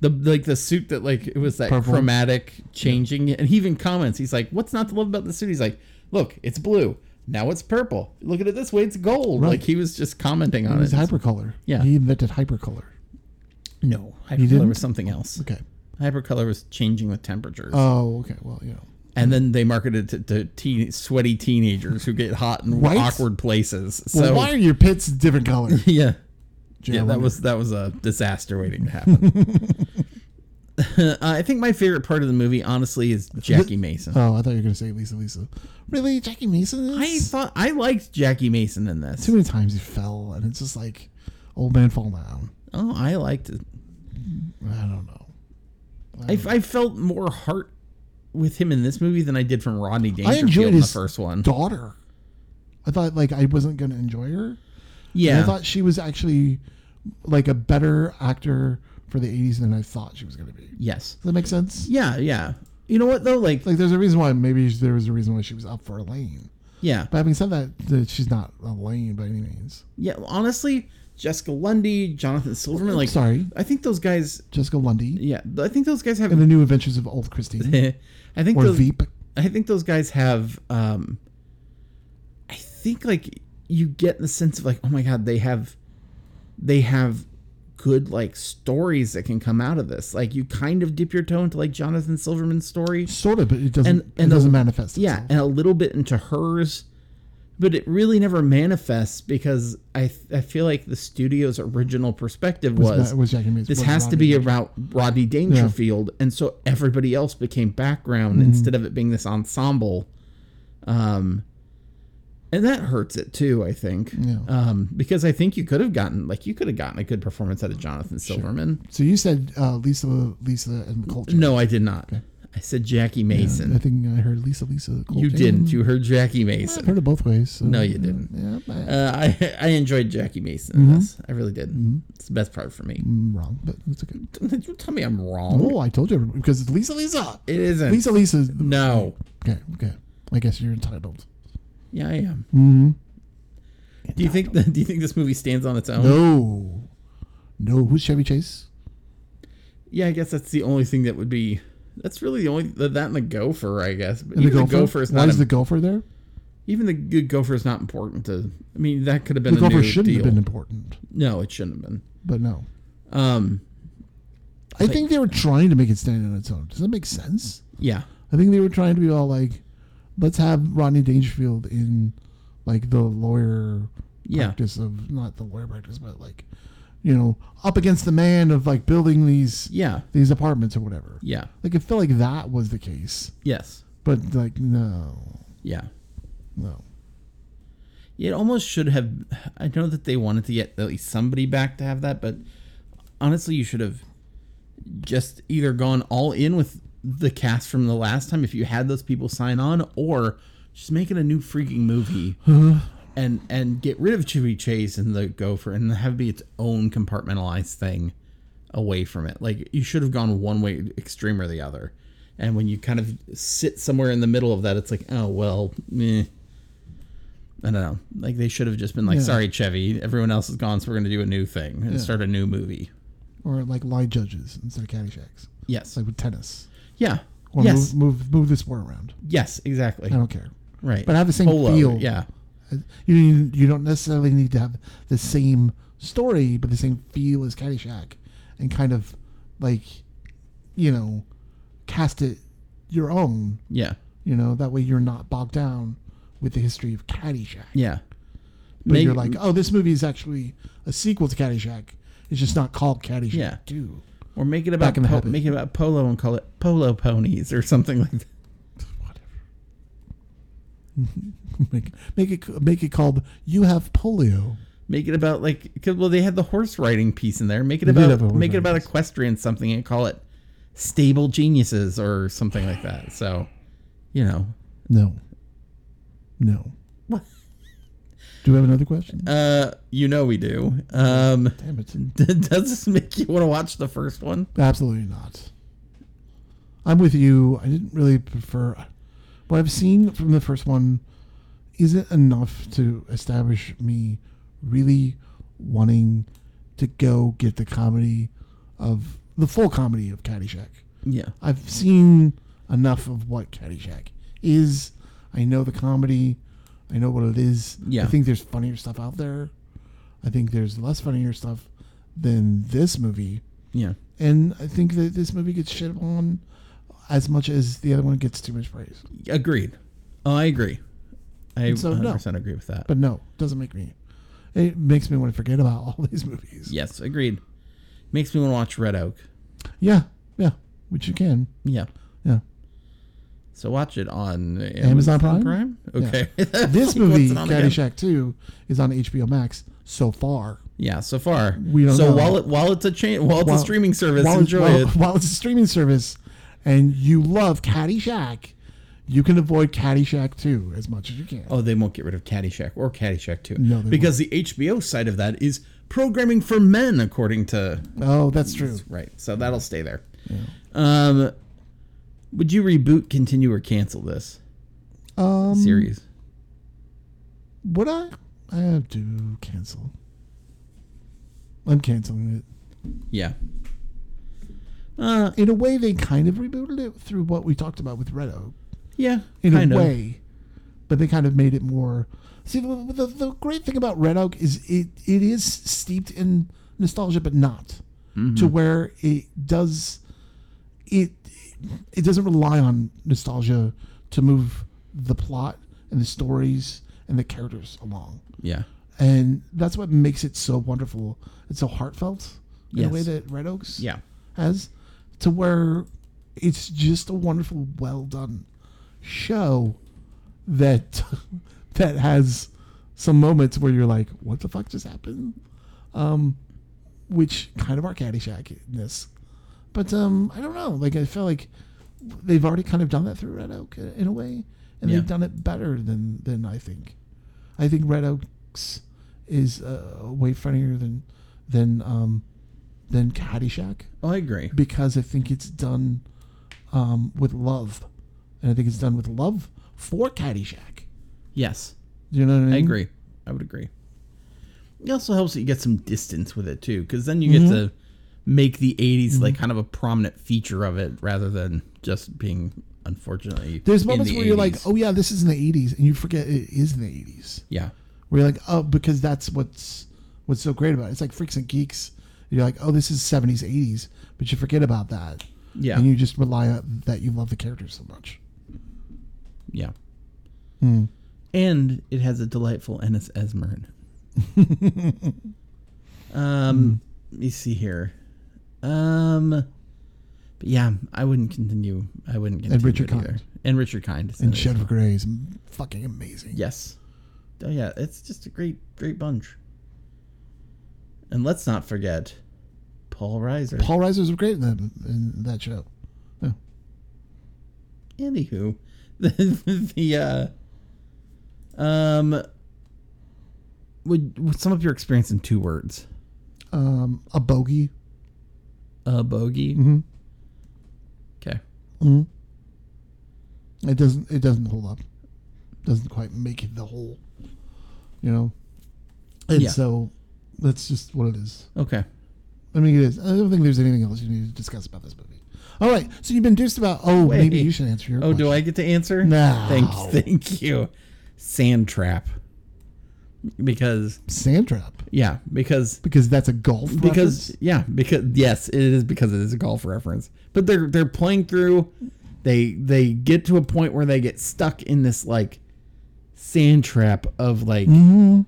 the like the suit that like it was that Purple. chromatic changing and he even comments he's like what's not to love about the suit he's like look it's blue now it's purple look at it this way it's gold Right. like he was just commenting on He's it hypercolor. Yeah. He invented hypercolor. No, hypercolor didn't? was something else. Okay. Hypercolor was changing with temperatures. Oh, okay. Well, you know. and then they marketed it to, to teen, sweaty teenagers who get hot in Right? awkward places. So Well, why are your pits different color? yeah, Jay? yeah, I that wonder. was that was a disaster waiting to happen. Uh, I think my favorite part of the movie, honestly, is Jackie Mason. Oh, I thought you were gonna say Lisa, Lisa. Really, Jackie Mason? Is? I thought I liked Jackie Mason in this. Too many times he fell, and it's just like old man fall down. Oh, I liked it. I don't know. I, I felt more heart with him in this movie than I did from Rodney I Dangerfield enjoyed in the his first one. daughter. I thought like I wasn't gonna enjoy her. And yeah, I thought she was actually like a better actor for the '80s than I thought she was gonna be. Does yes, that make sense? yeah, yeah. You know what though? Like, Like, there's a reason why. Maybe there was a reason why she was up for a lane. yeah, But having said that, that she's not a lane by any means. yeah. Honestly, Jessica Lundy, Jonathan Silverman. Like, Sorry. I think those guys. Jessica Lundy Yeah, I think those guys have. and the New Adventures of Old Christine I think or those, Veep. I think those guys have. Um, I think like you get the sense of like, oh my god, they have, they have good like stories that can come out of this. Like you kind of dip your toe into like Jonathan Silverman's story, Sort of, but it doesn't. And- and it doesn't the- manifest. yeah, itself. and a little bit into hers, but it really never manifests because I I feel like the studio's original perspective It was. ma- was Jackie Mason- this was has to Rodney. be about Rodney Dangerfield, and so everybody else became background instead of it being this ensemble. Um, and that hurts it too, I think. Yeah. Um, because I think you could have gotten like you could have gotten a good performance out of Jonathan Silverman. So you said uh, Lisa, Lisa, and Colton. No, I did not. I said Jackie Mason. I think I heard Lisa, Lisa. Cole you Jan. didn't. You heard Jackie I've Mason. heard it both ways. so- No, you didn't. Yeah, I- Uh, I I enjoyed Jackie Mason Mm-hmm. in this. I really did. It's the best part for me. I'm wrong, but it's okay. You tell me I'm wrong. Oh, I told you because it's Lisa, Lisa. It isn't. Lisa, Lisa. no. Okay, okay. I guess you're entitled. Yeah, I am. Mm-hmm. Do you think that? Do you think this movie stands on its own? No, no. Who's Chevy Chase? Yeah, I guess that's the only thing that would be. That's really the only that and the gopher, I guess. But And even the gopher is Why not. is the im- gopher there? even the g- gopher is not important to. I mean, that could have been The a gopher new shouldn't deal. have been important, no, it shouldn't have been. but no. Um. I think they were trying to make it stand on its own. Does that make sense? Yeah. I think they were trying to be all like, let's have Rodney Dangerfield in like the lawyer Yeah. practice of not the lawyer practice, but like, you know, up against the man of like building these Yeah. these apartments or whatever. Yeah. Like it felt like that was the case, Yes. but like no, Yeah. no. It almost should have. I know that they wanted to get at least somebody back to have that, but honestly, you should have just either gone all in with the cast from the last time if you had those people sign on, or just make it a new freaking movie and and get rid of Chevy Chase and the Gopher and have it be its own compartmentalized thing away from it. Like you should have gone one way extreme or the other. And when you kind of sit somewhere in the middle of that, it's like, oh well, meh. I don't know. Like they should have just been like, Yeah. sorry, Chevy, everyone else is gone, so we're gonna do a new thing and start a new movie. Or like lie judges instead of caddyshack's, Yes. like with tennis. yeah. Or yes. move, move move the sport around. Yes. Exactly. I don't care. Right. But have the same Polo, feel. Yeah. You you don't necessarily need to have the same story, but the same feel as Caddyshack, and kind of like, you know, cast it your own. Yeah. You know that way you're not bogged down with the history of Caddyshack. Yeah. But you're like, oh, this movie is actually a sequel to Caddyshack. It's just not called Caddyshack Yeah. Two. or make it about Back in the po- habit. make it about polo and call it polo ponies or something like that. Make, make it make it called "You Have Polio." Make it about like 'cause, well they had the horse riding piece in there. Make it They did about have a horse make it riding about piece. equestrian something and call it stable geniuses or something like that. So, you know, No. No. What? Do we have another question? uh, you know we do. Um, Damn it. does this make you want to watch the first one? Absolutely not. I'm with you. I didn't really prefer what I've seen from the first one isn't enough to establish me really wanting to go get the comedy of the full comedy of Caddyshack. Yeah, I've seen enough of what Caddyshack is. I know the comedy. I know what it is. Yeah. I think there's funnier stuff out there. I think there's less funnier stuff than this movie. Yeah. and I think that this movie gets shit on as much as the other one gets too much praise. Agreed. Oh, I agree. I so, no. 100% agree with that. But no, doesn't make me. It makes me want to forget about all these movies. yes, agreed. Makes me want to watch Red Oak. yeah, yeah, which you can. Yeah. Yeah. So watch it on Amazon Prime? Okay. This What's movie, it on again? Caddyshack 2, is on HBO Max so far. Yeah, so far. We don't so know. while it while it's a cha- while it's While- a streaming service, while, enjoy while, it. while it's a streaming service and you love Caddyshack, you can avoid Caddyshack 2 as much as you can. Oh, they won't get rid of Caddyshack or Caddyshack 2. No, they because the HBO side of that is programming for men, according to Oh, that's true. right. So that'll stay there. Um, would you reboot, continue, or cancel this Um, series? Would I? I have to cancel. I'm canceling it. Yeah. Uh, In a way, they kind of rebooted it through what we talked about with Red Oak. yeah. In kind a of. way, but they kind of made it more. See, the, the, the great thing about Red Oak is it it is steeped in nostalgia, but not Mm-hmm. to where it does it it doesn't rely on nostalgia to move the plot and the stories and the characters along. Yeah. and that's what makes it so wonderful and so heartfelt in Yes. the way that Red Oaks Yeah. has, to where it's just a wonderful, well done show that that has some moments where you're like, "What the fuck just happened?" Um, which kind of our Caddyshackness, but um, I don't know. Like I feel like they've already kind of done that through Red Oak uh, in a way, and Yeah. they've done it better than than I think. I think Red Oaks is uh, way funnier than than um, than Caddyshack Oh, I agree. because I think it's done um, with love, and I think it's done with love for Caddyshack. Yes. Do you know what I mean? I agree. I would agree. It also helps that you get some distance with it too, because then you Mm-hmm. get to make the '80s like kind of a prominent feature of it, rather than just being unfortunately. There's in moments the where you're like, 80s. "Oh yeah, this is in the '80s," and you forget it is in the '80s. yeah, Where you're like, "Oh, because that's what's what's so great about it." It's like Freaks and Geeks. You're like, "Oh, this is '70s, '80s," but you forget about that. Yeah. and you just rely on that you love the characters so much. yeah." Hmm. And it has a delightful Ennis Esmer in it. Hmm. um, let me see here. Um, but yeah, I wouldn't continue. I wouldn't continue. Richard it either. Kind. And Richard Kind. is in And it. Shed of Grey is m- fucking amazing. Yes. Oh yeah, it's just a great, great bunch. And let's not forget Paul Reiser. Paul Reiser's great in that, in that show. Yeah. Anywho, the, the uh, um, would, would sum up your experience in two words? Um, a bogey. A bogey. Mhm. Okay. hmm It doesn't. It doesn't hold up. Doesn't quite make it the whole. You know, and Yeah. so that's just what it is. Okay. I mean, it is. I don't think there's anything else you need to discuss about this movie. All right. So you've been deuced about. Oh, Wait. maybe you should answer your. Oh, do I get to answer? No. Thank, thank you. Sand trap. Because Sand trap yeah, because because that's a golf. because reference? yeah because yes it is because it is a golf reference but they're they're playing through they they get to a point where they get stuck in this like sand trap of like Mm-hmm.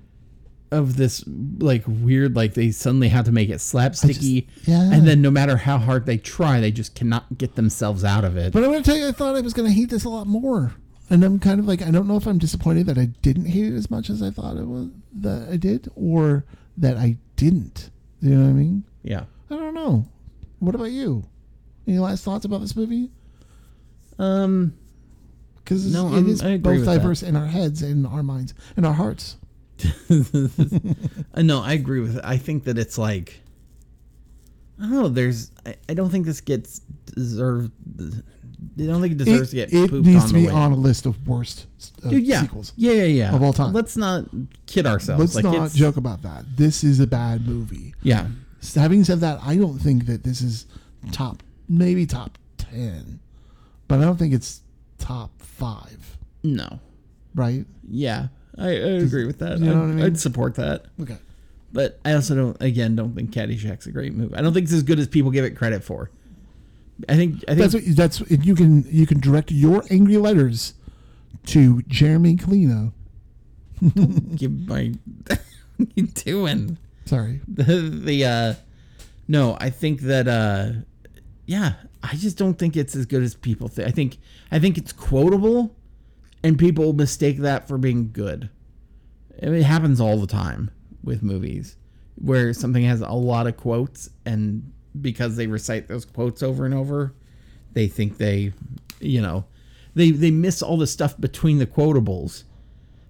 of this like weird like they suddenly have to make it slapsticky yeah. and then no matter how hard they try they just cannot get themselves out of it But I'm gonna tell you, I thought I was gonna hate this a lot more, and I'm kind of like, I don't know if I'm disappointed that I didn't hate it as much as I thought it was that I did, or that I didn't. You know what I mean? yeah I don't know. What about you? Any last thoughts about this movie? um Because No, it I'm- is I agree both with that. diverse in our heads, in our minds, in our hearts. Uh, no, I agree with. I think that it's like, I don't know. There's, I, I don't think this gets deserved. I don't think it deserves to it get it pooped needs on to the be way. on a list of worst uh, Dude, yeah, sequels. yeah, yeah, yeah, of all time. Let's not kid ourselves. Let's like, not it's, joke about that. This is a bad movie. Yeah, So having said that, I don't think that this is top, maybe top 10, but I don't think it's top five, no, right? yeah, I, I agree with that. you know I, what I mean? would support that. Okay. But I also don't, again, don't think Caddyshack's a great movie. I don't think it's as good as people give it credit for. I think, I think That's what, that's and you can you can direct your angry letters to Jeremy Kalina. give my. what are you doing? Sorry, the the uh no i think that uh yeah i just don't think it's as good as people think i think i think it's quotable and people mistake that for being good I mean, it happens all the time with movies where something has a lot of quotes and because they recite those quotes over and over they think they you know they they miss all the stuff between the quotables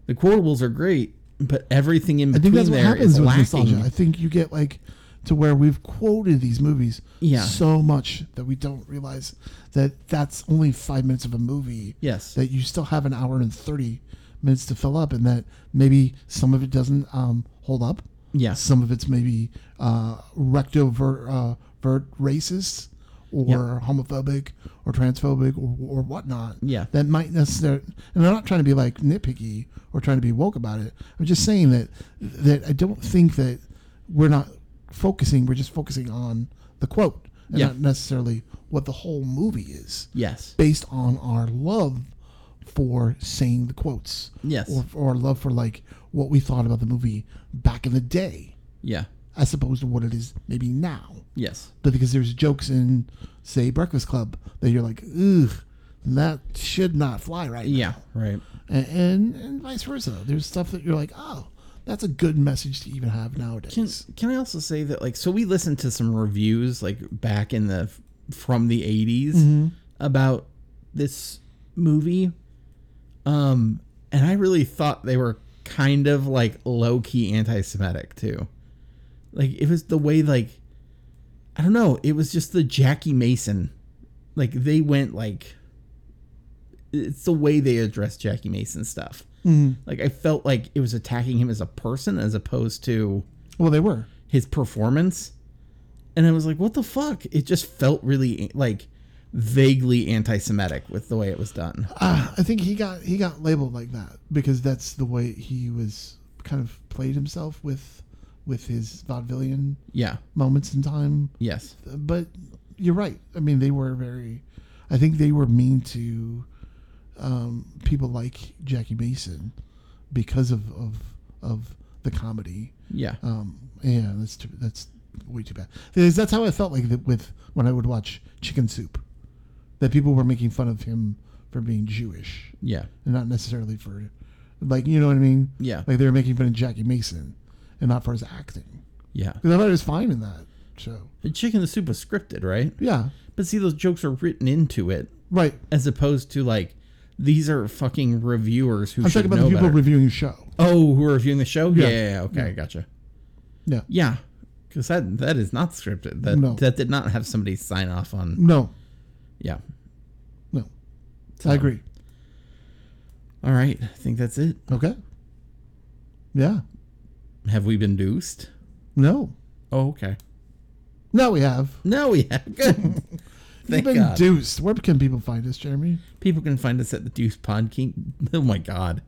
the quotables are great but everything in I think between that's what there happens is with lacking nostalgia. I think you get like to where we've quoted these movies Yeah. so much that we don't realize that that's only five minutes of a movie. Yes. that you still have an hour and thirty minutes to fill up, and that maybe some of it doesn't um, hold up. Yeah. some of it's maybe uh, rectovert uh, vert racist or homophobic or transphobic or, or whatnot. Yeah. that might necessarily. And I'm not trying to be like nitpicky or trying to be woke about it. I'm just saying that that I don't think that we're not focusing. We're just focusing on the quote and Yeah. not necessarily what the whole movie is yes based on our love for saying the quotes. Yes. Or, or our love for like what we thought about the movie back in the day, Yeah. as opposed to what it is maybe now. Yes. But because there's jokes in, say, Breakfast Club that you're like, ugh, that should not fly right. now." Yeah. Right. A- And, and vice versa. There's stuff that you're like, oh, that's a good message to even have nowadays. Can Can I also say that like so we listened to some reviews like back in the from the 80s about this movie, um, and I really thought they were kind of like low key anti-Semitic too. Like it was the way like I don't know. It was just the Jackie Mason. Like they went like it's the way they address Jackie Mason stuff. Like I felt like it was attacking him as a person as opposed to well, they were. his performance. And I was like, what the fuck? It just felt really like vaguely anti-Semitic with the way it was done. Uh, I think he got he got labeled like that because that's the way he was kind of played himself with with his vaudevillian Yeah. moments in time. Yes. But you're right. I mean, they were very. I think they were mean to um, people like Jackie Mason because of of of the comedy. Yeah. Um, yeah, that's too, that's way too bad. Because that's how I felt like that with when I would watch Chicken Soup, that people were making fun of him for being Jewish Yeah. and not necessarily for, like you know what I mean? Yeah. Like they were making fun of Jackie Mason, and not for his acting. Yeah. Because I thought he was fine in that show. The chicken in the soup was scripted, right? Yeah, But see those jokes are written into it right. as opposed to like these are fucking reviewers who I'm should talking about know the people better. reviewing the show. oh, who are reviewing the show? Yeah. Yeah. yeah, yeah, Okay, I gotcha. Yeah. Yeah. Cuz that that is not scripted. That No. that did not have somebody sign off on. No, Yeah. no, I agree. All right. I think that's it. Okay. Yeah. Have we been deuced? No. Oh, okay. No, we have. No, we have. Good. Thank You've been God. deuced. Where can people find us, Jeremy? people can find us at the Deuce Pod King. Oh my God.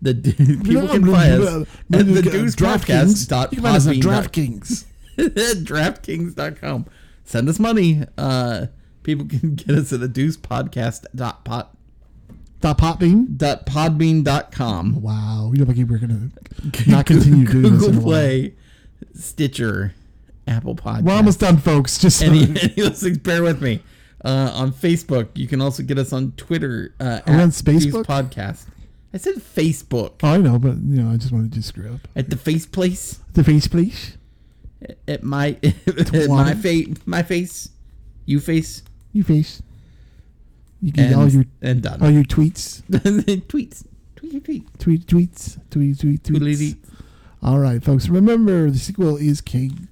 The du- people can find us uh, at the Deuce Podcast. You can find us at DraftKings. DraftKings.com. Send us money. Uh, people can get us at the Deuce Podcast dot pod Dot Potbean. dot podbean.com. Wow. You know, like we're gonna not continue doing this. in a Google while. Play, Stitcher, Apple Podcast. We're almost done, folks. Just so- any, any of those things, bear with me. Uh, on Facebook, you can also get us on Twitter. Uh, Are we on at Deuce Facebook? Podcast. I said Facebook Oh, I know, but you know, I just wanted to screw up at the face place the face, please. at my at my face my face, you face You face. You can and, all your and all done. your tweets, tweets, tweet, tweet, tweet tweets, tweet tweet tweets. tweet, All right, folks. Remember, the sequel is king.